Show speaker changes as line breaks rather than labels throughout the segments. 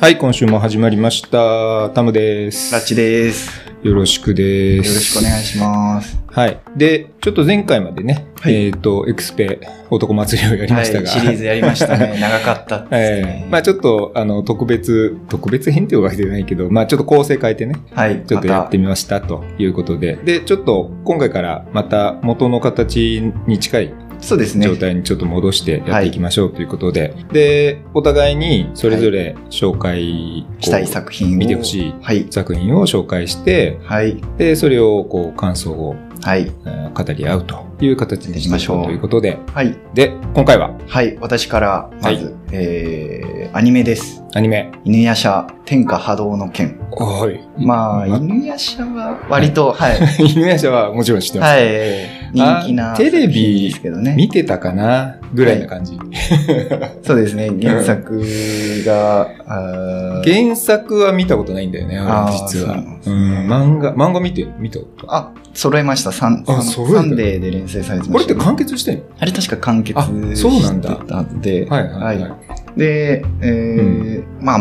はい、今週も始まりました。タムです。
ラッチです。
よろしくで
よろ
す。
しくお願いします。
はい。で、ちょっと前回までね、
はい
えっ、と、エクスペ男祭りをやりましたが、
はい、シリーズやりました ね。長かったです
え
ね。
えまあちょっと、あの、特別、特別編っていうわけじゃないけど、まあちょっと構成変えてね、
はい、
ちょっとやってみましたということで、で、ちょっと今回からまた元の形に近い
またそうですね。
状態にちょっと戻してやっていきましょうということで、で、お互いにそれぞれ紹介、こう
したい作品を。
見てほしい
はい。
作品を紹介して、
はい。
で、それをこう感想を
はい。
えー語り合うという形にしていこうということで、
はい。
で、今回は
はい。私から、まず、えー、アニメです。
アニメ。
犬夜叉、天下波動の剣。
おい。
まあ、
ま
犬夜叉は割と、はい。 はい。
犬夜叉はもちろん知ってます。
人気な
あテレビ
作品ですけどね。
見てたかなぐらいな感じ。
そうですね。原作が、あー
原作は見たことないんだよね、俺
あー
実は。
そううなんですね
ん、漫画、漫画見て、見たこと。
あ、揃えました。サン
あ
サ
揃
ン
えた
サンデーで連載されて
こ
ま
れっ
してたね、
完結してんの
あれ確か完結
あそうなんだ
してたので、
はいはいはい。
はで、えーまあ、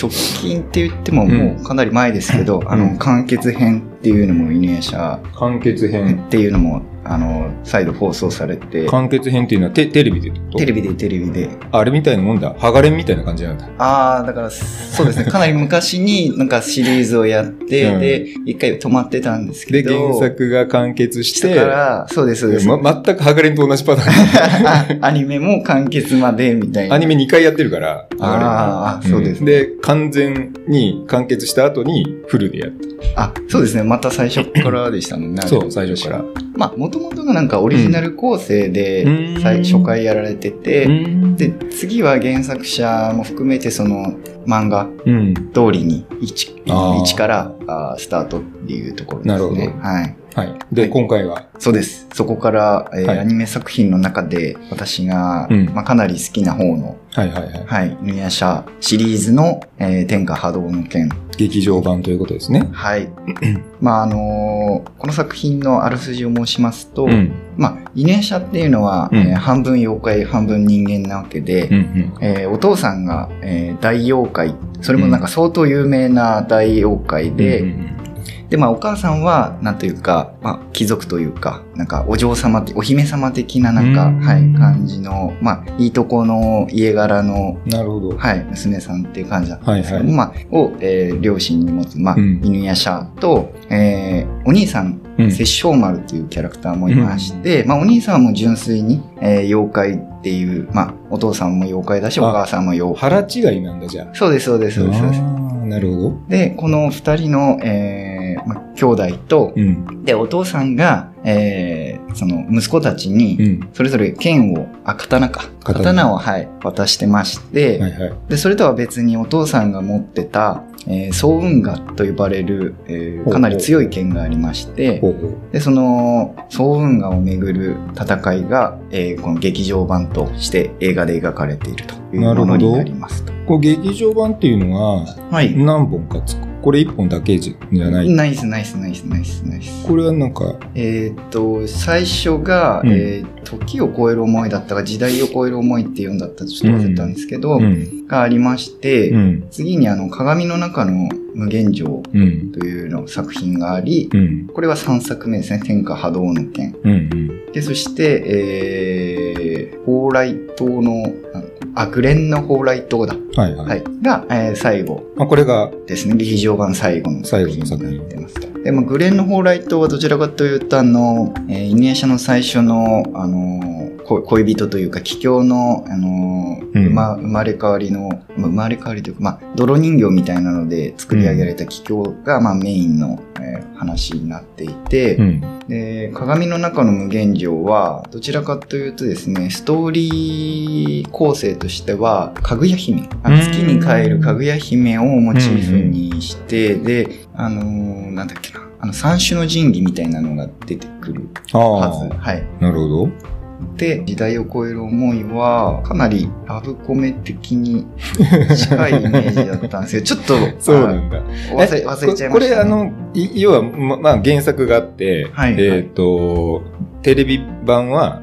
直近って言ってももうかなり前ですけど、あ
うん
の、完結編っていうのも犬夜叉
完結編。
っていうのも、あの、再度放送されて、
完結編っていうのはテテレビでってこと
テレビでテレビで。
あれみたいなもんだ。ハガレンみたいな感じなんだ。
ああ、だから、そ うですね。かなり昔になんかシリーズをやって、
うん
で、一回止まってたんですけ
で、
ど、
原作が完結し
した
て、
から、そうです、そうです。
ま、全くハガレンと同じパターン。
あアニメも完結までみたいな。
アニメ2回やってるから、ハガレンは。
ああ、そうです
ん
ね。
で、完全に完結した後にフルでやった。
あ、そうですね。また最初からでしたもん ね。
そう、最初から。。
まあ、もともとがなんかオリジナル構成で、
うん
最初回やられてて、
ん
で、次は原作者も含めて、その漫画
うん。
通りに一
あー
一からあースタートっていうところですね。
なるほど
はい。
はい。で、
はい
今回は、
そうです。そこから、えー
はい
アニメ作品の中で私が、
うん
まあ、かなり好きな方の、
はいはいはい。
はい、犬夜叉シリーズの、えー天下波動の剣
劇場版ということですね。
はい。まああのーこの作品のあらすじを申しますと、
うん。
まあ、イネシャっていうのは、
うん
えー半分妖怪、半分人間なわけで、
うんうん。
えーお父さんが、えー大妖怪、それもなんか相当有名な大妖怪で、
うんうん
で、まあお母さんは、なんというか、まあ貴族というか、なんかお嬢様って、お姫様的ななんか、
うん
はい、感じの、まあいいとこの家柄の、
うんなるほど。
はい、娘さんっていう感じだったんですけど、
はいはい
まあ、を、えー両親に持つ、まあ、
うん
犬や舎と、えーお兄さん、
うん
殺生丸っていうキャラクターもいまして、まあ、お兄さんはもう純粋に、えー妖怪っていう、まあ、お父さんも妖怪だし、
あ
お母さんも妖怪。
腹違いなんだ、じゃあ。
そうです、そうです、そうです。そうです
あーなるほど。
で、この二人の、えーまあ、兄弟と
う、ん。
で、お父さんが、えーその、息子たちに、
うん。
それぞれ剣を、あ、刀か。
刀
刀を、はい、渡してまして、
はいはい。
でそれとは別にお父さんが持ってた、えー、総運河と呼ばれる、えー
ほう
かなり強い剣がありまして
ほうほう。
でその総運河をめぐる戦いが、えーこの劇場版として映画で描かれているという
な
も
るほど
のになりますと。
こう劇場版っていうのは
はい、
何本かつくこれ1本だけじゃない。
ナイスナイスナイスナイスナイス。
これはなんか、
えーっと最初が、
うん
えー時を超える思い」だったか「時代を超える思い」って読んだったちょっと忘れたんですけ
う
ど、
ん。
がありまして、
うん。
次にあの「鏡の中の無限城」
うん。
というの作品があり、
うん。
これは3作目ですね。天下波動の剣。
うん。うん。
で、そして、えー、蓬莱島の、あ、グレンの蓬莱島だ。
はいはい。
はい。が、えー最後
まあ、これが、
ですね。劇場版最後の作品
最後の作品
になってますと。で、まあ、グレンの蓬莱島はどちらかというと、あの、えー、イニエシャの最初の、あのー、こ恋人というか、桔梗の、あの
う
ー
ん
ま、生まれ変わりの、ま生まれ変わりというか、まあ、泥人形みたいなので作り上げられた桔梗が、まあ、メインの、えー話になっていて、
うん。
で鏡の中の無限城はどちらかというとですねストーリー構成としてはかぐや姫あ
うん
月に帰るかぐや姫をモチーフにして、であのーなんだっけなあの三種の神器みたいなのが出てくる
ああ
はず、はい、
なるほど。
で時代を超える思いはかなりラブコメ的に近いイメージだったんですけ どちょっと
そうなんだ。
あ忘れ忘れちゃいました、ね、
ここれ、あの、い要は、ま、まあ、原作があって、
はい
えっ、と、テレビ版は、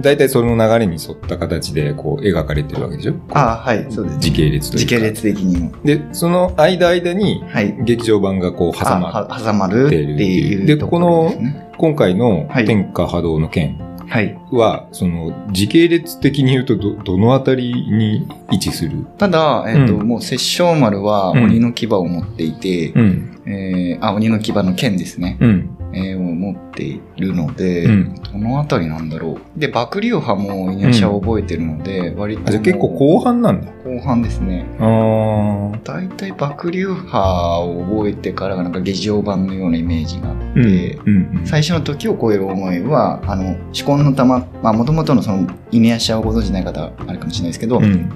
大体その流れに沿った形でこう描かれてるわけでしょ
ああ、はい、そうです。
時系列という
時
か。
系列的にも。
で、その間間に
はい。
劇場版がこう挟まる。
あは挟まるっていう。
で
とろですね
今回の
はい
天下波動の件
はい。
は、その時系列的に言うとど、どのあたりに位置する
ただ、えっ、と、
うん
もう、殺生丸は
うん
鬼の牙を持っていて、
うん。
えーあ、鬼の牙の剣ですね。
うん。
えーを持っているので、
うん。
どのあたりなんだろう。で、爆竜派もイニシャを覚えてるので、割と。
あ、じゃあ結構後半なんだ。
後半ですね。
ああ。
大体爆竜派を覚えてからがなんか下場版のようなイメージがあって、
うん。うん
最初の時を超える思いは、あの、至婚の玉、まあ、もともとのその、イニシャをご存知ない方、あるかもしれないですけど、
うん。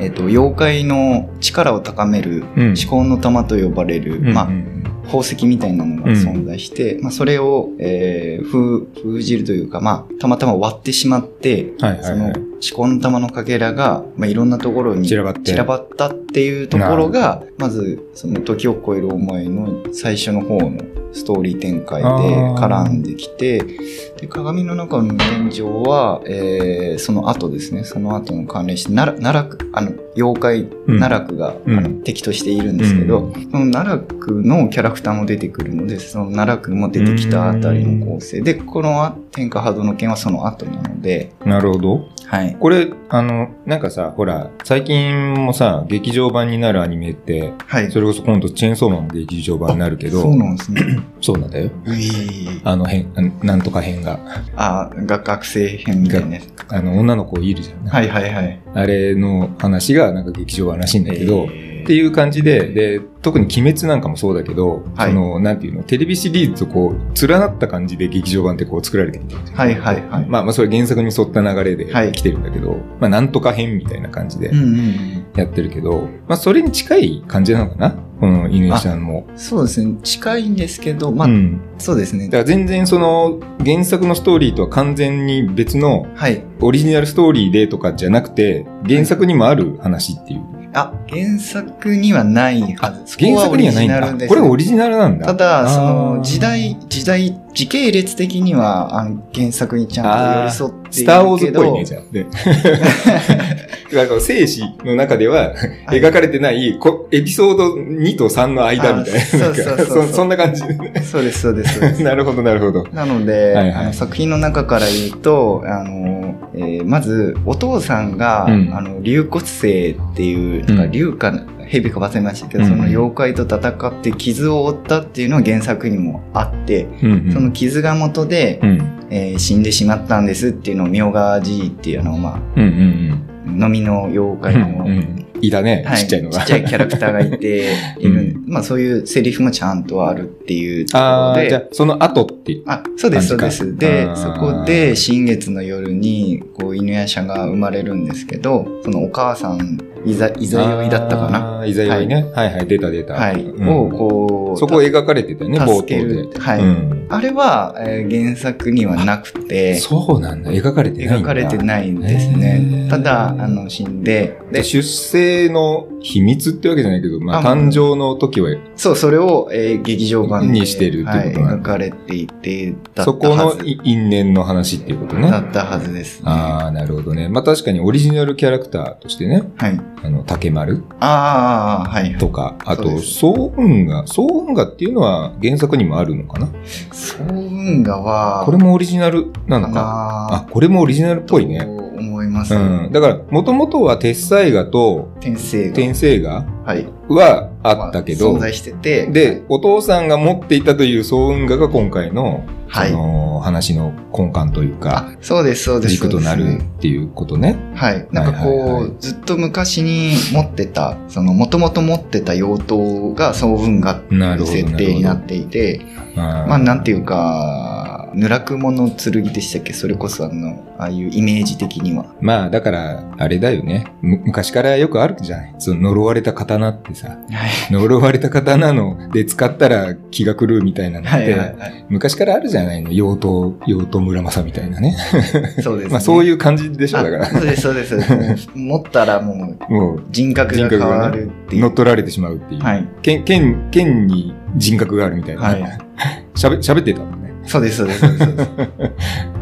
えっ、と、妖怪の力を高める、
うん。
至婚の玉と呼ばれる、
うん
まあ
う、ん
宝石みたいなのが存在して、まあ、それを、えー封封じるというか、まあ、たまたま割ってしまって、
はいはいはい
その、至高の玉のかけらが、まあ、いろんなところに
散らばって
散らばったっていうところが、まず、その、時を超える思いの最初の方のストーリー展開で
あー
絡んできて、で、鏡の中の現状は、えーその後ですね、その後の関連して、奈良、奈良区、あの、妖怪
うん
奈良区が、
うん
あの敵としているんですけど、その奈良区のキャラクターも出てくるので、その奈良区も出てきたあたりの構成で、この天下波動の件はその後なので、
なるほど。
はい。
これ、あの、なんかさ、ほら、最近もさ、劇場版になるアニメって、
はい。
それこそ今度チェーンソーマンも劇場版になるけど、
そうなんですね。
そうなんだよ。
うい
あの編、あなんとか編が、
あ、が学生編みたいなやつ。
あの、女の子いるじゃん。
はいはいはい。
あれの話が、なんか劇場版らしいんだけど、
えー
っていう感じで、で、特に鬼滅なんかもそうだけど、
はい
その、なんていうの、テレビシリーズとこう、連なった感じで劇場版ってこう作られてきてるじゃん
はいはいはい。
まあまあそれ原作に沿った流れで
はい
来てるんだけど、まあなんとか編みたいな感じで
うんうんうん。
やってるけど、まあそれに近い感じなのかなこの犬さんも。
そうですね。近いんですけど、まあ、
うん。
そうですね
だか。ら全然その原作のストーリーとは完全に別の
はい。
オリジナルストーリーでとかじゃなくて、原作にもある話っていう。
あ、原作にはないはず。そこ
原作にはないん
オリジ
だ。
ナルです
これオリジナルなんだ。
ただ、そ
あー
の時代、時代、時系列的には、あの、原作にちゃんと寄り添っているけど。
スター・ウォーズっぽいね、じゃあ。ねなんか生死の中では
はい
描かれてないこエピソード2と3の間みたい
あー
な。なん
そうそうそうそう
かそそんな感じ。
そうです、そうです。そうです
なるほど、なるほど。
なので、
はいはい
あの作品の中から言うと、あの、えーまず、お父さんが、
うん
あの、竜骨星っていう、なんか
うん
竜か、蛇か忘れましたけど、
うん
その妖怪と戦って傷を負ったっていうのは原作にもあって、
うんうん
その傷が元で、
うん
えー死んでしまったんですっていうのを、ミョガジーっていうあの、まあ、
うんうん
飲みの妖
う
怪の、
んうん。いたね、
はい、
ちっちゃいのが。
キャラクターがいている、まあそういうセリフもちゃんとあるっていうと こ
あ
ろ
あ、じゃあ
で。
その後って。
あそうです、そう
感
で
じか
す。で
あ、ー
そこで、新月の夜に、こう、犬や舎が生まれるんですけど、そのお母さん、いざ、いざ酔いだったかな。
な。いざよいね。はいはい、出た出た。
はい。
うん
を、こう、
そこ描かれてたよね、
た
冒頭
助け
で
る。。はい。
うん
あれは、えー原作にはなくて、
そうなんだ、描かれてないんだ。
描かれてないんで
へ
す
ー
ね。ただ、あの、死んで、
で
で、
出生の秘密ってわけじゃないけど、まあ、
あ
誕生の時は、
そう、それを、えー劇場版で
にしてるってこと
は、
ないんだ
描かれていて、だったはず
そこの因縁の話っていうことね。
だったはずです、ね。は
ああ、なるほどね。まあ確かにオリジナルキャラクターとしてね、
い。
あの、竹丸
ああ、はい。
とか、あ
そう
と、
です
総運河。総運河っていうのは原作にもあるのかな
総運河は、
これもオリジナルなの
か
か。
な
あ、これもオリジナルっぽい
と
ね。
思います。
うん。だから、もともとは鉄彩画と
天性が。
天聖画
はい。
はあったけど、
まあ存在してて。
で、お父さんが持っていたという総運河が今回の、
はい
その話の根幹という
あ
か、
そうです、そうです。
軸とな
そう
る
です
っていうことね。
はい。なんかこう、
はいはいはい
ずっと昔に持ってた、その、もともと持ってた用途が総運河って
なるほ
いう
ど
設定になっていて、
ま
まあなんていうか、ぬらくもの剣でしたっけそれこそあの、ああいうイメージ的には。
まあだから、あれだよね。む昔からよくあるじゃない。その呪われた刀ってさ、
はい。
呪われた刀ので使ったら気が狂うみたいなのって、
はいはいはい。
昔からあるじゃないの。妖刀、妖刀村正みたいなね。
そうです、ね。
まあそう
う
いう感じでしょ、だから。
そうです、そうですそ うです。持ったらもう
もう、
人格が変わるっていう。
乗っ取られてしまうっていう。
はい。
剣、剣、剣に人格があるみたいな。
はい。
喋、喋ってたもんね。
そうです、そうです、そうですそうです。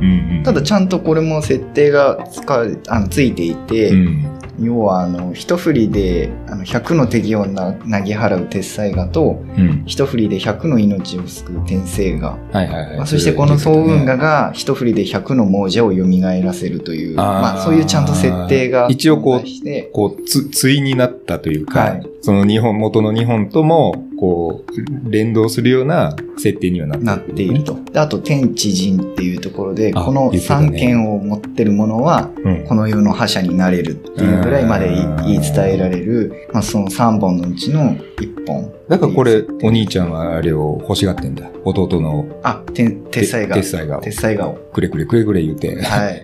うんうん
ただ、ちゃんとこれも設定がつかあのついていて、
うん
要はあの一振りであの100の敵をな投げ払う鉄災画と
うん、
一振りで100の命を救う転生画、
はいはい
ま
は
あ
い。
そしてこの
そ
早
れを入れて
雲
たね
画が一振りで100の亡者を蘇らせるという
あー
まあ、そういうちゃんと設定が
一応こう
存在して
こう、つ、対になったというか、
はい
その日本、元の日本とも、こう、連動するような設定にはなって
なっていると。であと天地人っていうところで
あ
この
言ってたね
3件を持ってるものは
うん
この世の覇者になれるっていうぐらいまで言い
うん
言い伝えられる、まあ、その3本のうちの1本
だからこれ、お兄ちゃんはあれを欲しがってんだ。弟の
あて鉄彩画
鉄斎が
鉄彩画 を
くれくれくれくれ言うて。
はい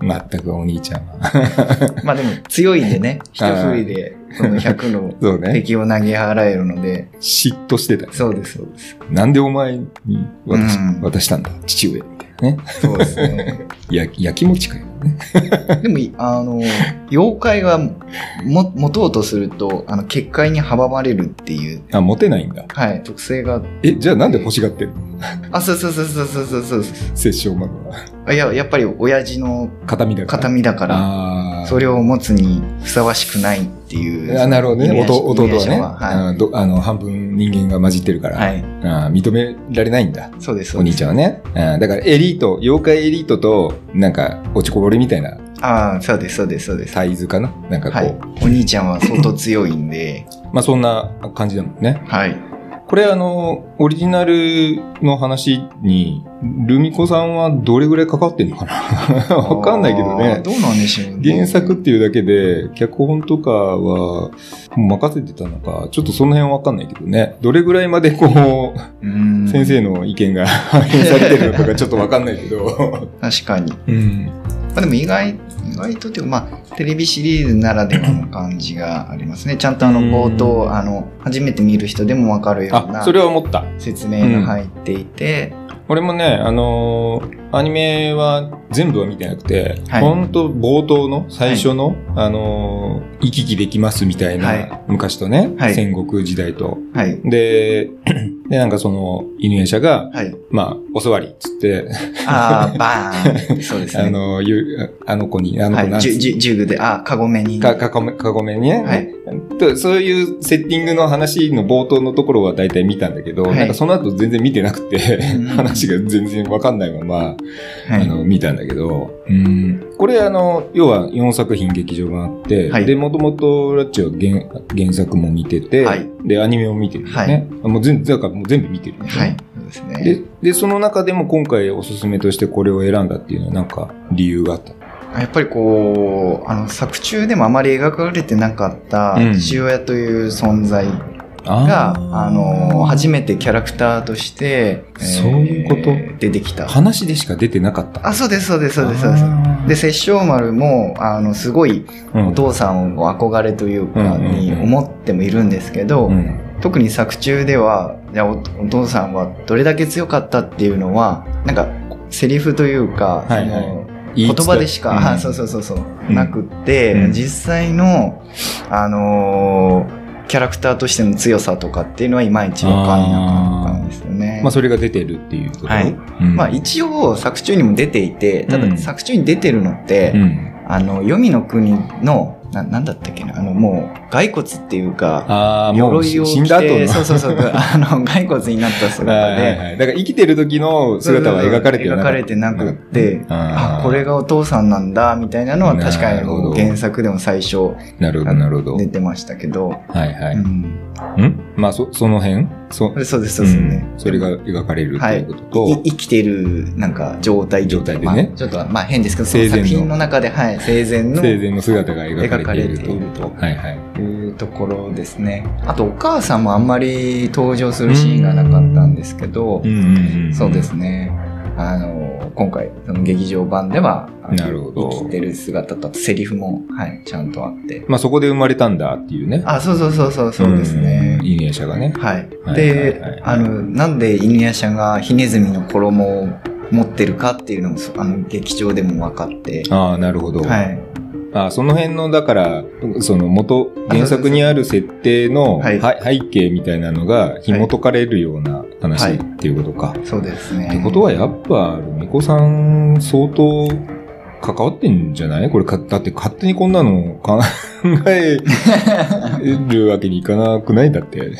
まったくお兄ちゃんは。
まあでも強いんで ね一振りでその100の
そうね。
敵を投げ払えるので
嫉妬してた。
そうですそうです
なんでお前に渡し,、
うん
渡したんだ、父上。みたいなね。
そうですね
や、やきもちかよね。
でもいあの妖怪がも持とうとするとあの結界に阻まれるっていう
あ、モテないんだ。
はい特性が
え、じゃあなんで欲しがってるの
あそうそうそうそうそうそうそう
殺生魔のは。
あいややっぱり親父の
形見だから。
形見だから
ああ。
それを持つにふさわしくないっていう
あなるほど
イ
ね。
メージ
弟弟
イメー
は
ジ
ね、
は
うんどあの半分人間が混じってるから、
い、はい、
あー認められないんだ。
そうですそ
お
うで
兄
す
ちゃんはね、うんだからエリート、妖怪エリートと、なんか、落ちこぼれみたいな、
ああそうですそうですそうです
サイズかななんかこう、
はい、お兄ちゃんは相当強いん で、
まあそんな感じだもんね。
はい、
これあの、オリジナルの話に、ルミコさんはどれぐらいかかってんのかな わかんないけど
あー
ね。
どうなんでしょうね
原作っていうだけで、脚本とかは任せてたのか、ちょっとその辺はわかんないけどね。どれぐらいまでこう、
うん
先生の意見が 反映されてるのかが ちょっとわかんないけど。
確かに、ま
うん。
あ、でも意外意外とっていうかまあテレビシリーズならではの感じがありますねちゃんとあの
うん
冒頭あの初めて見る人でも分かるよう
あ、
な
それは思った。
説明が入っていて、
俺もね、あのーアニメは全部は見てなくて、
はい
ほんと冒頭の最初の、あのー行き来できますみたいな、
はい
昔とね、
はい
戦国時代と。
はい
で、 で、なんかその、犬夜叉が、
はい
まあ、お座りっつって、
ああバ ーンそうです
あ
ね
の、ゆあの子に、あの子
は
なん
い、
つ
じゅじゅじゅぐであカゴメに
か、かごめ、かごめんね、
はい
とそういうセッティングの話の冒頭のところは大体見たんだけど、
はい
なんかその後全然見てなくて、
うん
話が全然わかんないまま、
は
あ
い
の、見たんだけど、うん、これあの、要は4作品劇場があって、
はい
で、もともとラッチは原原作も見てて、
はい
で、アニメも見てるよね。もう全だからもう全部見てるよね
はいそうですね
でで、その中でも今回おすすめとしてこれを選んだっていうのはなんか理由があった。
やっぱりこうあの作中でもあまり描かれてなかった
うん
父親という存在が、あの初めてキャラクターとして、
そういうこと
出てきた
話でしか出てなかった。
あそうですそうですそうですそうですで
す。
殺生丸もあのすごい
うん
お父さんを憧れというか
うんうんうん
に思ってもいるんですけど、
うん
特に作中ではいやおお父さんはどれだけ強かったっていうのはなんかセリフというか、
はいはい
その
言い
言
伝え
葉でしか、
うん
あそうそうそうそう、
うん
なくって、
うん
実際の、あのーキャラクターとしての強さとかっていうのはいまいち分かんなかったんですよね。
まあそれが出てるっていうこと。
はい
うん
まあ、一応作中にも出ていてた
う
だ
ん
作中に出てるのって、
うん
あの黄泉の国のななんだったっけなあのもう骸骨っていうか
ああ、もう
鎧を
死
着
んだ後
て
の
そうそうそう あの骸骨になった
はい
姿
はい
で
はいだから生きてる時の姿は描かれて
描
な
か
か
れ
って
なくって。
た。あ
あ
ー
これ。がお父さんなんだみたいなのは確かに
なるほど
原作でも最初
なるほど、なるほど
出。てましたけど、
はいは
う
い。
ん、
んまあ、そ、その辺そ
そうですそうですそうですね、
うんそれが描かれるということ
い
と、
生きてるなんか状態というか
状態でね
まあちょっとまあ変ですけどそ
生
の
前の
作品の中で、はい、生前の
生前の姿が描
描
か
か
れ
れ
て
て
い
い
る
る
と
と。
はいはい。
いうところですねあとお母さんもあんまり登場するシーンがなかったんですけど、
うんうんんん
そうです。ねあの今回その劇場版ではあの
なるほど
生きてる姿とあとセリフも、はい、ちゃんとあって
まあ、そこで生まれたんだっていうね。
あそうそうそうそうそうですね、
うん。イニエシャがね。
はい
は。い
で
はいはい、
あの、なんで犬夜叉がヒネズミの衣を持ってるかっていうのも、そあの、劇場でも分かって、
ああ、なるほど。
はい。
あ、その辺の、だから、その元、原作にある設定の、
はい
は背景みたいなのが紐解かれるような話
はい
っていうことか。
そうですね。
ってことはやっぱ、ルミコさん相当関わってんじゃないこれか、だって勝手にこんなの考 えるわけにいかなくないだって。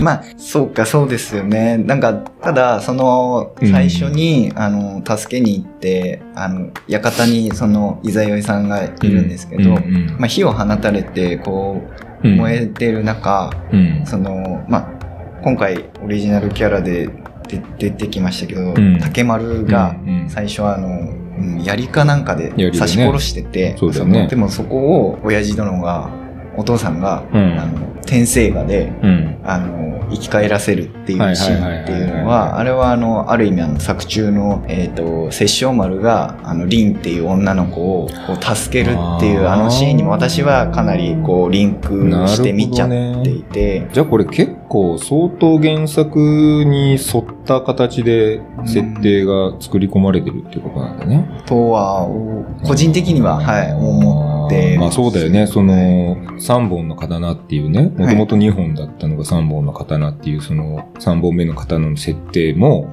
まあ、そうか、そうですよね。なんか、ただ、その、
うん
最初に、あの、助けに行って、あの、館に、その、伊沢いさんがいるんですけど、
うんうん
まあ、火を放たれて、こ
う
う、
ん
燃えてる中、
うん
その、まあ、今回、オリジナルキャラでで出てきましたけど、
うん
竹丸が、
うんうん
最初は、あの、うん槍かなんかで
槍でね
刺し殺してて、
そうだよね
のでもそこを、親父殿が、お父さんが、
うん
あの、天生画で、
うん。
あの生き返らせるっていうシーンっていう
はいはいは
の
いはいはい
はあれはあのある意味あの作中の、えー、と殺生丸があのリンっていう女の子をこう助けるっていう
あー
あのシーンにも私はかなりこうリンクして見ちゃっていて、
じゃあこれ結構相当原作に沿った形で設定が作り込まれてるっていうことなんだね。
とはお個人的には、はい、思って
あーまあ
す
そうだよね。その3本の刀っていうね、もともと2本だったのが3本の刀っていうその3本目の刀の設定も、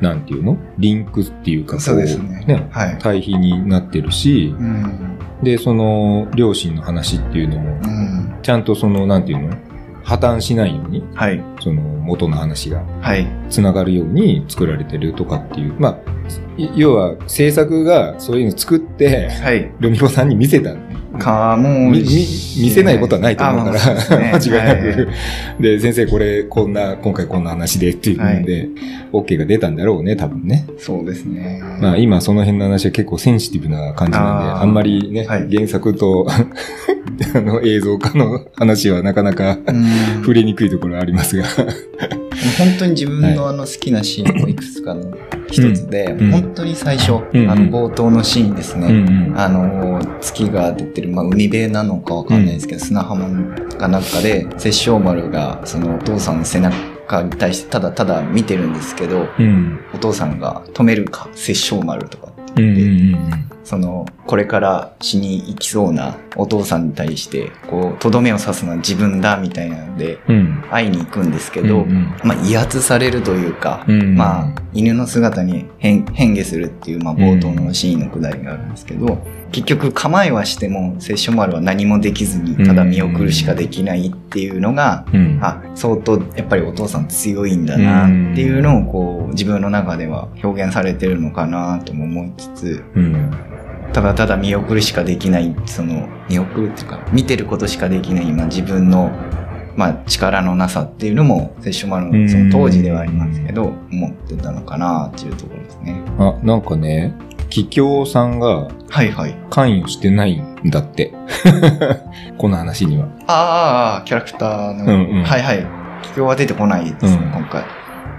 なんていうのリンクっていうかこ
そうですね
ね、
はい、
対比になってるし、
うん
で、その両親の話っていうのも
う、ん
ちゃんとその、なんていうの破綻しないように、
はい
その元の話が
はい
つながるように作られてるとかっていう。まあ、い要は制作がそういうの作って、
はい
ルミコさんに見せたん
かもう
みみ見せないことはないと思うから、
あまあそうですね
間違いなく、
はいはい
で、先生これ、こんな、今回こんな話でっていうので、OK が出たんだろうね、多分ね。
そうですね、
まあ今その辺の話は結構センシティブな感じなんで、
あ
あ
ー
んまりね、
はい
原作と あの映像化の話はなかなか
うん
触れにくいところはありますが。
本当に自分のあの好きなシーンのいくつかの一つで、
うん
本当に最初、
うん
あの冒頭のシーンです
うん
ね。
うん
あの、月が出てる、まあ、海辺なのかわかんないですけど、砂浜かなんかで、殺生丸が、そのお父さんの背中に対してただただ見てるんですけど、
うん。
お父さんが止めるか、殺生丸とか、
うんうんうんうん。
その、これから死に行きそうなお父さんに対して、こう、とどめを刺すのは自分だ、みたいなので、
うん。
会いに行くんですけ
う
ど、
ん
まあ、威圧されるというか、
うん
まあ、犬の姿に変変化するっていう、まあ、冒頭のシーンのくだりがあるんですけど、結局構えはしても殺生丸は何もできずにただ見送るしかできないっていうのが、
うん
あ相当やっぱりお父さん強いんだなっていうのをこう自分の中では表現されてるのかなとも思いつつ
うん
ただただ見送るしかできないその見送るっていうか見てることしかできない、まあ、自分の、まあ、力のなさっていうのも殺生丸のその当時ではありますけど思ってたのかなっていうところですね。
あ、なんかね、桔梗さんが
はいはい。
関与してないんだって。 この話には。
あーあー、キャラクターの。
うんうん
はいはい。企業は出てこないですね、
うん
今回。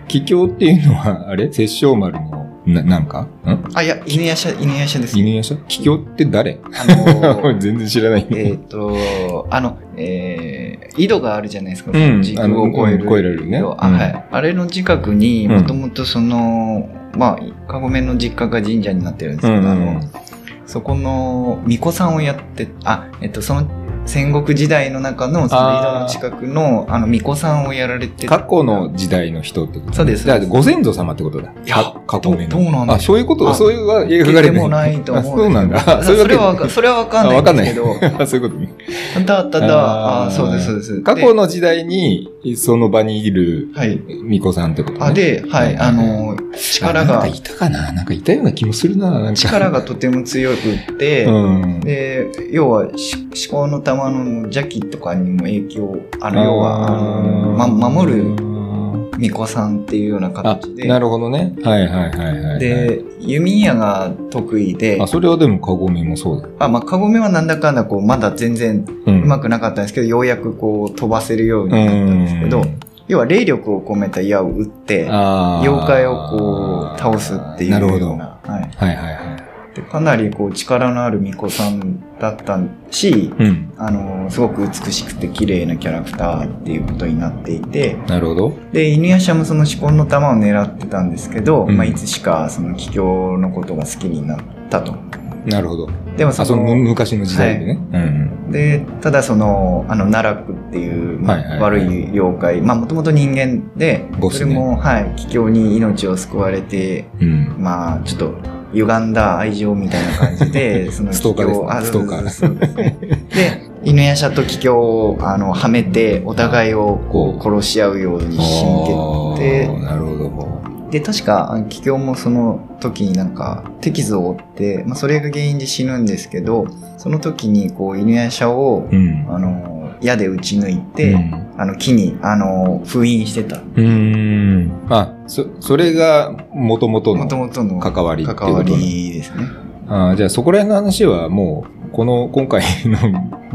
桔梗っていうのは、あれ殺生丸の、な、なんかん
あ、いや、犬やしゃ、犬やしゃです。
犬やしゃ桔梗って誰
あの ー
全然知らないんだけ
え
ど
っと、あの、えー井戸があるじゃないですか、
うん
時空を超え
あ
る。
の超えられるね
あ
うん
はい。あれの近くに、
うん
もともとその、まあ、カゴメの実家が神社になってるんですけど、あの、そこの巫女さんをやって、あ、えっと、その戦国時代の中の、その井戸の近くの、あの、巫女さんをやられてた
過去の時代の人ってこと
そうです
だからご先祖様ってことだ。
いや
か過去名の。
どどうなんでしょ
あ、そう
う
いうこと
あ
そういうは
出
描かれ
て
て
もないと思うんですけど。
あ そうなんだ。あ
それはわ
わ
か、それはわかんないんですけど。
わかんない あそういうことね。
ただ、ただ、
あー
あーそうです、そうです。
過去
の。
の時代に、その場にいる
はい。
巫女さんってことね。
あ、で、はい、あの、
あ、
力
なんか
が、
いたかななんかいたような気もするな。なんか
力がとても強くって、
うん。
で、要は、し思考の玉の邪気とかにも影響、あの、要は、あのま、守る巫女さんっていうような
あ
形、で、
なるほどね。はいはいはいはい。、
で、弓矢が得意で
あ、、それはでもカゴメもそうだ。
あ、まあ、カゴメはなんだかんだこう、まだ全然
う
うまくなかったんですけど、ようやくこう、飛ばせるようになったんですけど、
うん
要は霊力を込めた矢を撃って、
あー
妖怪をこう、倒すっていう
なるほ
よ
ど。
う
は
な。はい
いはいはい。
でかなりこう力のある巫女さんだったし、
うん。
あの、すごく美しくて綺麗なキャラクターっていうことになっていて、
なるほど。
で、犬やしゃもその思考の玉を狙ってたんですけど、
うん
まあ、いつしかその桔梗のことが好きになったと。
なるほど。
でもそ
あ、その
の、
昔の時代でね。うん
で、ただその、あの、奈落っていう
はいはい
悪い妖怪、まあもともと人間で、
ボ
そ
ス
れ
ね
も、はい、奇境に命を救われて、
うん。
まあちょっと歪んだ愛情みたいな感 じで、その
ストーカーですね
あ
ストーカー
そうですねで、犬夜叉と桔梗をあのはめて、お互いをこう殺し合うように仕
あ
向け
ー
て、
なるほど。
で、確かあの桔梗もその時になんか手傷を負って、まあそれが原因で死ぬんですけど、その時にこう犬夜叉を、
うん。
あの矢で撃ち抜いて、あの木にあの封印してた。
うん、うん。あ、そ、それが元々
もと
の
もとの関
関わりっていうこと
わ
ね
りですね。
あーじゃあそこら辺の話はもう、この今回の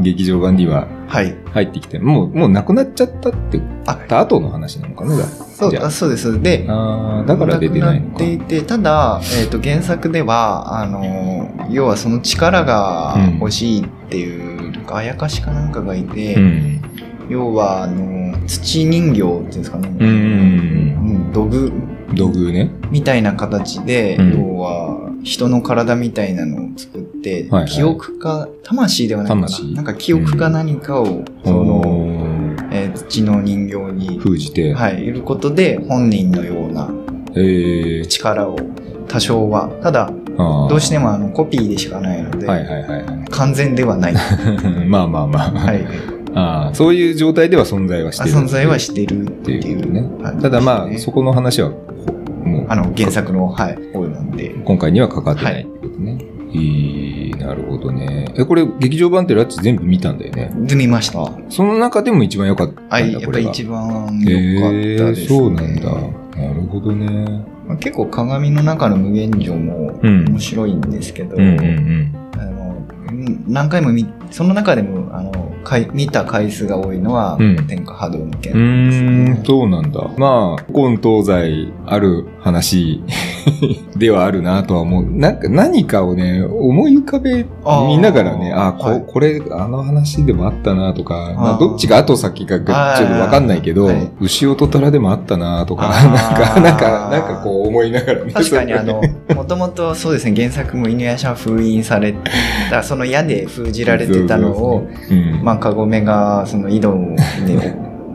劇場版には
はい。
入ってきて、もう、もうなくなっちゃったって、
あ
た後の話なのかな
そう
じゃ
あそうです。で、
ああーだから出てないの
亡
か。
くっていて、ただ、えっ、と、原作では、あの、要はその力が
うん
欲しいっていう、なんかあやかしかなんかがいて、
うん。
要は、あの、土人形っていうんですかね。
うんうん
うん土偶
うん。土偶ね。
みたいな形で、
うん
要は、人の体みたいなのを作って、
はいはい
記憶か、魂ではないかな
魂。
なんか記憶か何かを、その、
おー
えー土の人形に、
封じて。
はい、いることで、本人のような、
えー
力を多少はただ
あー
どうしてもあのコピーでしかないので、
はいはいはいは。
完全ではない、は い
まあまあまあ。
い、
ああそういう状態では存在はし
あ
てる。
存在はしてるって
ってい
いうう
ね
感じですね
ただまあ、そこの話は、ほもう
あの原作の、はい、方なんで
今回にはかかってないってことね。い、いなるほどね。え、これ、劇場版ってラッチ全部見たんだよね。
で見ました
その中でも一番良かったんだ、
はいやっ
こ
ぱ
れ
り
が。
一番良かったです、ね
えーそうなんだ。なるほどね。
まあ結構鏡の中の無限城も
うん
面白いんですけど、
うんうん
あのうん何回も見その中でもあの回見た回数が多いのは、
うん
天下波動の
う
件です
ん。うー
ね
ん、そうなんだ。まあ、古今東西ある話 ではあるなとは思う。なんか、何かをね、思い浮かべ
あー
見ながらね、あーこ、
はい
これ、あの話でもあったなとか、ま
あ
あ、
ー
どっちが後先かちょっとわかんないけど、
あーはい
牛音虎でもあったなとか、
あー
なんか、 なんか、なんかこう思いながらね。
確かに
そ
あ
れを
の、もともとそうですね、原作も犬夜叉封印された、その矢で封じられてたの
そう
を、
そうそううん
まあ、カゴメが、その井戸 に、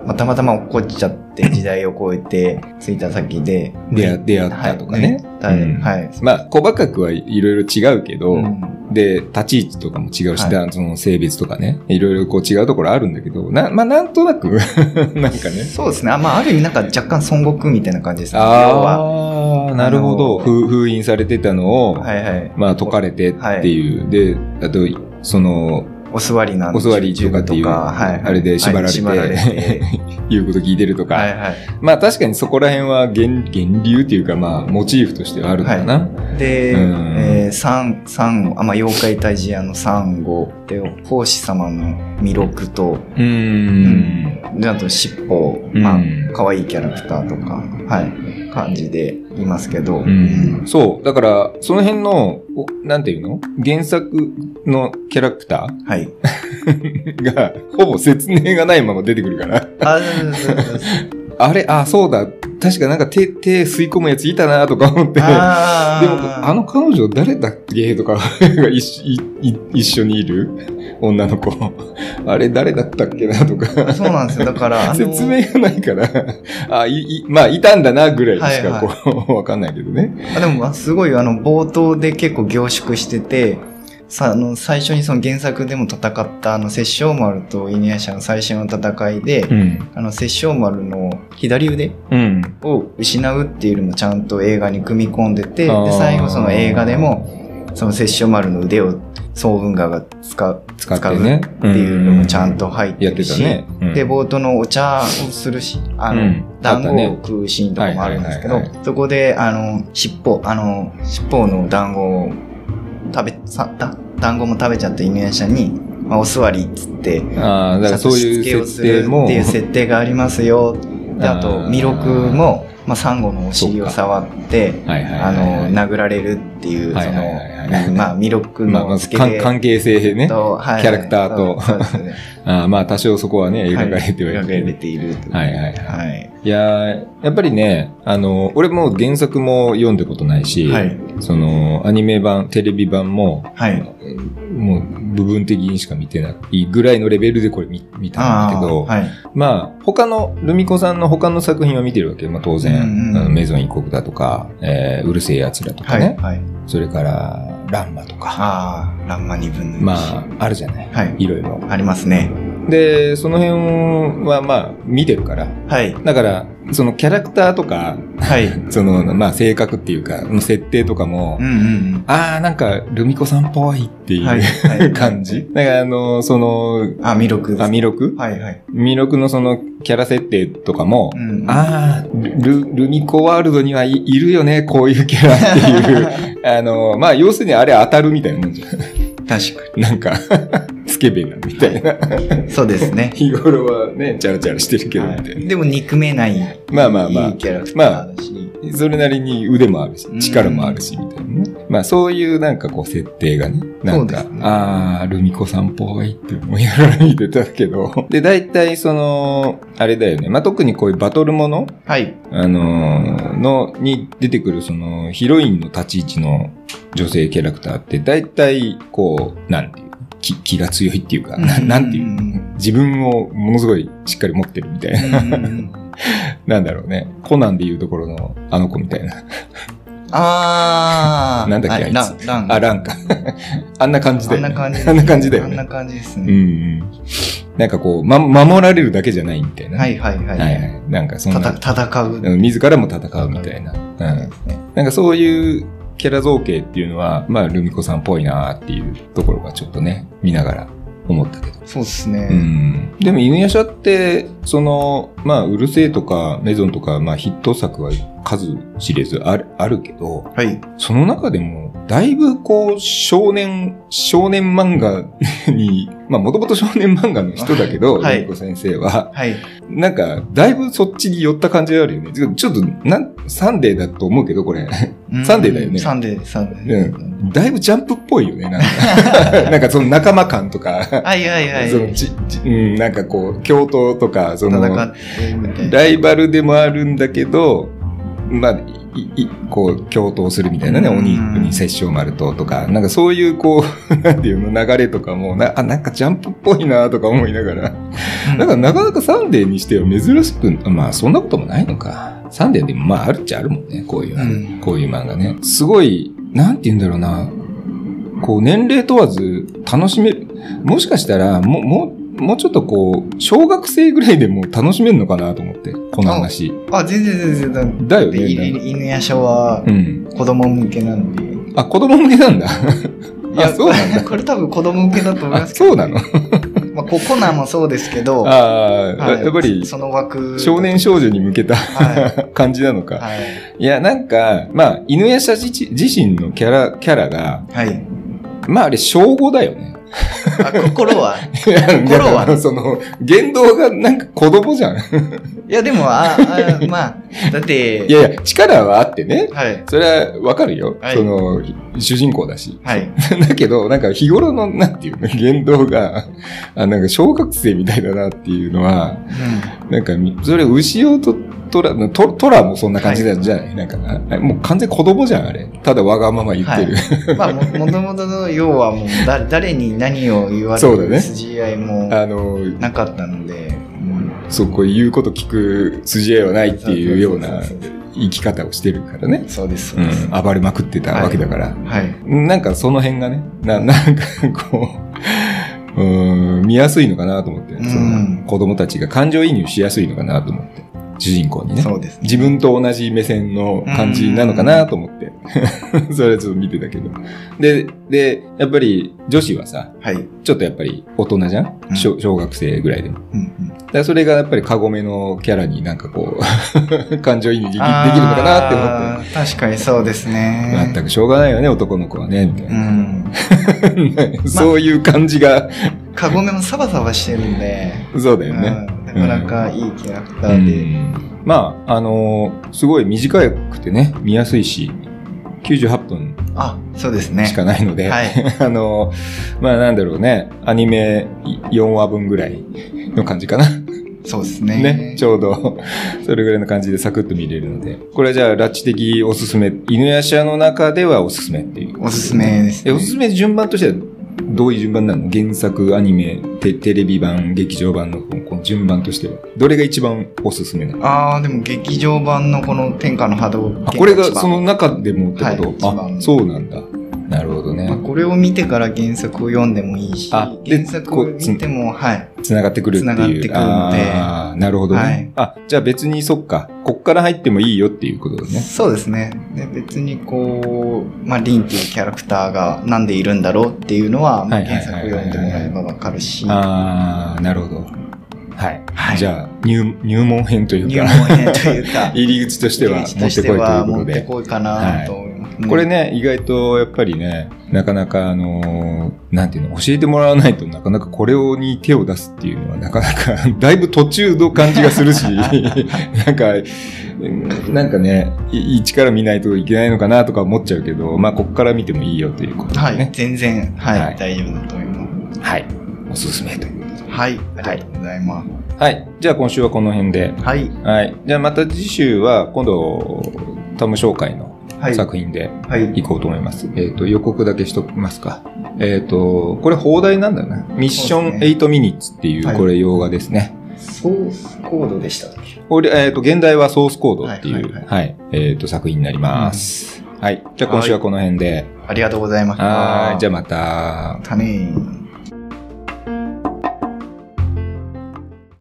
まあ、たまたま落っこっちゃって、時代を超えて、着いた先で、
出会出会ったとかね。
はい、はい
うん
はい
まあ、細かくはいろいろ違うけど、
うん
で、立ち位置とかも違うし、
はい
だその性別とかね、いろいろこう違うところあるんだけど、な、まあなんとなく、 なんかね。
そうですね、あまあ、ある意味、なんか若干孫悟空みたいな感じですね。要は、
ああ、なるほど。
あの
封封印されてたのを、
はいはい、
まあ解かれてっていう。で、あと、その、
お座りなん
お座りとかっていう
はい、
あれで縛られて
はい、縛られて
言う こと聞いてるとか、
はいはい。
まあ確かにそこら辺は源源流っていうか、まあモチーフとしてはあるのかな。
で、
うん
えー、サン、サンゴ、あ、まあ、妖怪退治屋のサンゴ、で、法師様の弥勒と、
うーん。
で、あと尻尾、
うん
まあ、可愛いキャラクターとか、はい、感じでいますけど、
うん、そう。だから、その辺の、おなんていうの原作のキャラクタ
うんはい。
ーが、ほぼ説明がないまま出てくるから。
あ、そうそうそうそう。
あれあ、そうだ。確かなんか手、手吸い込むやついたなとか思 って。でも、
あー
あの彼女誰だっけとかが一緒いい一緒にいる女の子。あれ誰だったっけなとか。
そうなんですよ。だから、あの、
説明がないから、あ、い、い、まあ、いたんだな、ぐらいしか、こう、わかんないけどね。
あでも、あすごい、あの、冒頭で結構凝縮してて、さあの最初にその原作でも戦ったあの殺生丸とイニエシャの最初の戦いで、
うん。
あの殺生丸の左腕
うん。
を失うっていうのもちゃんと映画に組み込んでてで
あー
最後その映画でもその殺生丸の腕を総文化が使う
使ってね。
使うっていうのもちゃんと入って
やって
る
た
し、
ね。うん
で冒頭のお茶をするしあの、
うん
団
あったね
子を食うシーンとかもあるんですけど、
はいはいは
そこであの尻尾あの尻尾の団子を食べさだ団子も食べちゃった犬屋舎に、まあ、お座りっつって
ああ、だからそういう設定も。
っていう設定がありますよ。であ
あ
と
ー
弥勒も、まあ、サンゴのお尻を触って
はいはい
あ
はいはい
の殴られるっていう、
はい
そ
はいはいはい
の、うん まあ、弥勒
まあ、ま
の
ず関関係性ね。
と、はい
キャラクターと
そうですね。
あーまあ、多少そこはね、 描かれてはい
は
る
い、描かれている。
はいはいは
はい。
いやーやっぱりね、あの、俺も原作も読んだことないし、
はい。
その、アニメ版、テレビ版も、
はい。
えーもう部分的にしか見てないぐらいのレベルでこれ見見たんだけど、
あーはい。
まあ、他の、ルミ子さんの他の作品は見てるわけよ。まあ当然、
うんうん
あのメゾン一国だとか、えーうるせえ奴らとか
は
ね、
い。はい。
それから、ランマとか、
ああ、ランマ二分の一。
まあ、あるじゃない。
はい。
いろいろ。
ありますね。
で、その辺はまあ、見てるから。
はい。
だから、そのキャラクターとか、
はい。
その、まあ、性格っていうか、設定とかも、
うんうん
ああ、なんか、ルミ子さんっぽいって
う
い
ん。
う、
はい。はい
感じ。だから、あの、その、
あ、弥勒です
あ、弥勒
はいはい。
弥勒のそのキャラ設定とかも、
うん
ああ、ル、ルミコワールドにはい、いるよね、こういうキャラって いう。あの、まあ、要するにあれ当たるみたいなもんじゃん。
確か
なんか、スケベなみたいな。
に。そうですね。
日頃はね、チャラチャラしてる けどみたいな。
はいでも憎めない。
まあまあまあ
いいキャラクターだし。
それなりに腕もあるし
う、ん
力もあるし、みたいなね。まあそういうなんかこう設定がね、なん
そ
か、
うですね
あー、ルミ子さんっぽいって思いながら見てたけ ど。で、大体その、あれだよね。まあ特にこういうバトルもの
はい。
あのーの、に出てくるその、ヒロインの立ち位置の女性キャラクターって、大体こう、なんていう気気が強いっていうか、ななんていうう。
ん
自分をものすごいしっかり持ってるみたいな。
うんうんうん
なんだろうね。コナンで言うところのあの子みたいな。
あ ー。
なんだっけ
はい
あい
ラ
つ
ン、ラン。
あ、ランか。あんな感じだ
あ
よ
ん
ね。
な感じ。
あんな感じだよ
あんな
ね。
感じです
うんう
ね。
ん。なんかこう、ま、守られるだけじゃないみたいな。
はいはいは。
はいいはい。なんかそん
た
な。
た戦う。
うん自らも戦うみたいな。うん。
ですね。
なんかそういうキャラ造形っていうのは、まあ、ルミ子さんっぽいなっていうところがちょっとね、見ながら思ったけど。
そうです
う
ね。
ん。でも、犬夜叉って、その、まあ、うるせえとか、メゾンとか、まあ、ヒット作は数知れずあるあるけど、
はい。
その中でも、だいぶこう、少年、少年漫画 に、まあもともと少年漫画の人だけど、
はい
ルミ子先生は、
はい。
なんか、だいぶそっちに寄った感じがあるよね。ちょちょっと、なん、サンデーだと思うけど、こ れ。
うん
サンデーだよね
サンデー、サンデ
う
ー。
ん。だいぶジャンプっぽいよね、なん か。なんかその仲間感とか、
はいはいはい。
そのちちうん、なんかこう、共闘とか、その、
戦ってみたいな。
ライバルでもあるんだけど、まあ、いいこう、共闘するみたいなね、
うん
鬼、鬼殺生丸ととか、なんかそういうこう、 なんていうの、流れとかも、な、あ、なんかジャンプっぽいなとか思いながら。なんかなかなかサンデーにしては珍しく、まあそんなこともないのか。サンデーでもまああるっちゃあるもんね、こういう、
うん
こういう漫画ね。すごい、なんて言うんだろうな。こう年齢問わず楽しめる。もしかしたら、もう、もう、もうちょっとこう、小学生ぐらいでも楽しめるのかなと思って、この話。
あ、全然全然。
だよ
だって
ね。なんか
犬犬やしょは
うん。
子供向けなので。
あ、子供向けなんだ。
いや、
あ、そうなんだ。
これ多分子供向けだと思い
あ、
ますけど。
そうなの。
まあ、ココナンもそうですけど、
ああ、
はい
やっぱり、
その枠。
少年少女に向けた
は
感じなのか。
い。はい。
いや、なんか、まあ、犬やしゃ自自身のキャラ、キャラが、
はい。
まああれ、小5だよね。
あ、心は。
いや
心は
だからその、言動がなんか子供じゃん。い
いや、でも、あ、あまあ、だって、
やいや、力はあってね。
はい。
それはわかるよ。
はい
その、主人公だし。
はい。
だけど、なんか日頃の、なんていうの、言動が、あ、なんか小学生みたいだなっていうのは、なんかみ、それ、牛尾とトラ、トトラもそんな感じなんじゃない、なんかな、あれもう完全に子供じゃん、あれ。ただわがまま言ってる。
うん。まあ、も、もともとの、要はもう、だ、誰に何を言われ
そうだ
る
ね
筋合い も
あの、
なかったので、うん
そう、こう言うこと聞く筋合いはないっていうような
そうそうそう
生き方をしてるからね。
そうです、そううです。
ん、暴れまくってたわけだから。
はい。
なんかその辺がね、な、 なんかこう、うーん、見やすいのかなと思って、
うん
その子供たちが感情移入しやすいのかなと思って、主人公にね。
そうですね。
自分と同じ目線の感じなのかなと思 って、それはちょっと見てたけど。で、で、やっぱり女子はさ、
はい。う
ちょっとやっぱり大人じゃん、
うん
小小学生ぐらいでも。
んうん
だからそれがやっぱりカゴメのキャラになんかこう、 感情移入できできるのかなって思って。
あー確かにそうですね。
全くしょうがないよね、男の子はね、みたいうな。
ん。
そういう感じが、
カゴメもサバサバしてるんで、
そうだ
う
よ
ん
ね。
なかなかいいキャラクタ
う
ーで。
んまあ、あのーすごい短くてね、見やすいし、98分
あ、そうですね。
しかないので、
はい
あの、まあなんだろうね、アニメ4話分ぐらいの感じかな。
そうですね。
ね、ちょうど、それぐらいの感じでサクッと見れるので。これはじゃあ、ラッチ的おすすめ、犬やしの中ではおすすめっていう。
おすすめです、
え、
ね。
おすすめ順番としては、どういう順番なの原作、アニメ、テテレビ版、劇場版のこの順番としては。どれが一番おすすめなの
ああ、でも劇場版のこの天下の波動
あ、これがその中でもって
はい
こ
一
と、
番
あ、そうなんだ。なるほど
まあ、
ね。
これを見てから原作を読んでもいいし、
あ
原
で
作を見ても、はい。
繋がってくるっていう。
繋がってくるので
あーなるほどね、
はい
あ、じゃあ別にそっか。こっから入ってもいいよっていうことだね。
そうですね。で別にこう、まあ、リンっていうキャラクターがなんでいるんだろうっていうのは、まあ
はいはい
原
はい
作を読んでもらえばわかるし、は
ああ、なるほど。はい。
い。
じゃあ入、入門編という
入門
か、、
編というか
入り口としては
入り口
持ってこいというこ
持
と
って
で。
こいかなと思います、
これね、意外とやっぱりね、なかなかあのーなんていうの、教えてもらわないとなかなかこれに手を出すっていうのはなかなか、 だいぶ途中の感じがするし、なんか、うんなんかね、い一から見ないといけないのかなとか思っちゃうけど、まあ、ここから見てもいいよということで
はい
ね。、
全然、はい、
はい
大丈夫だと思いま。
はい。おすすめということです
はい、ありがとうございます。
はい。じゃあ今週はこの辺で。
はい、
はい。じゃあまた次週は今度、タム紹介の
はい、
作品で
はい、
行こうと思います。えっ、と、予告だけしときますか。えっ、と、これ放題なんだよね。ミッショ
そ
ン
うです
8ミニッツってい
は
う、
い
これ洋画ですね。
ソースコードでしたっけ
これ、えっ、と、現代はソースコードってい
は
う、
いはい
はい、えっ、と、作品になります。はい。じゃあ今週はこの辺で。
ありがとうございました。
はい。じゃあまた。
またねー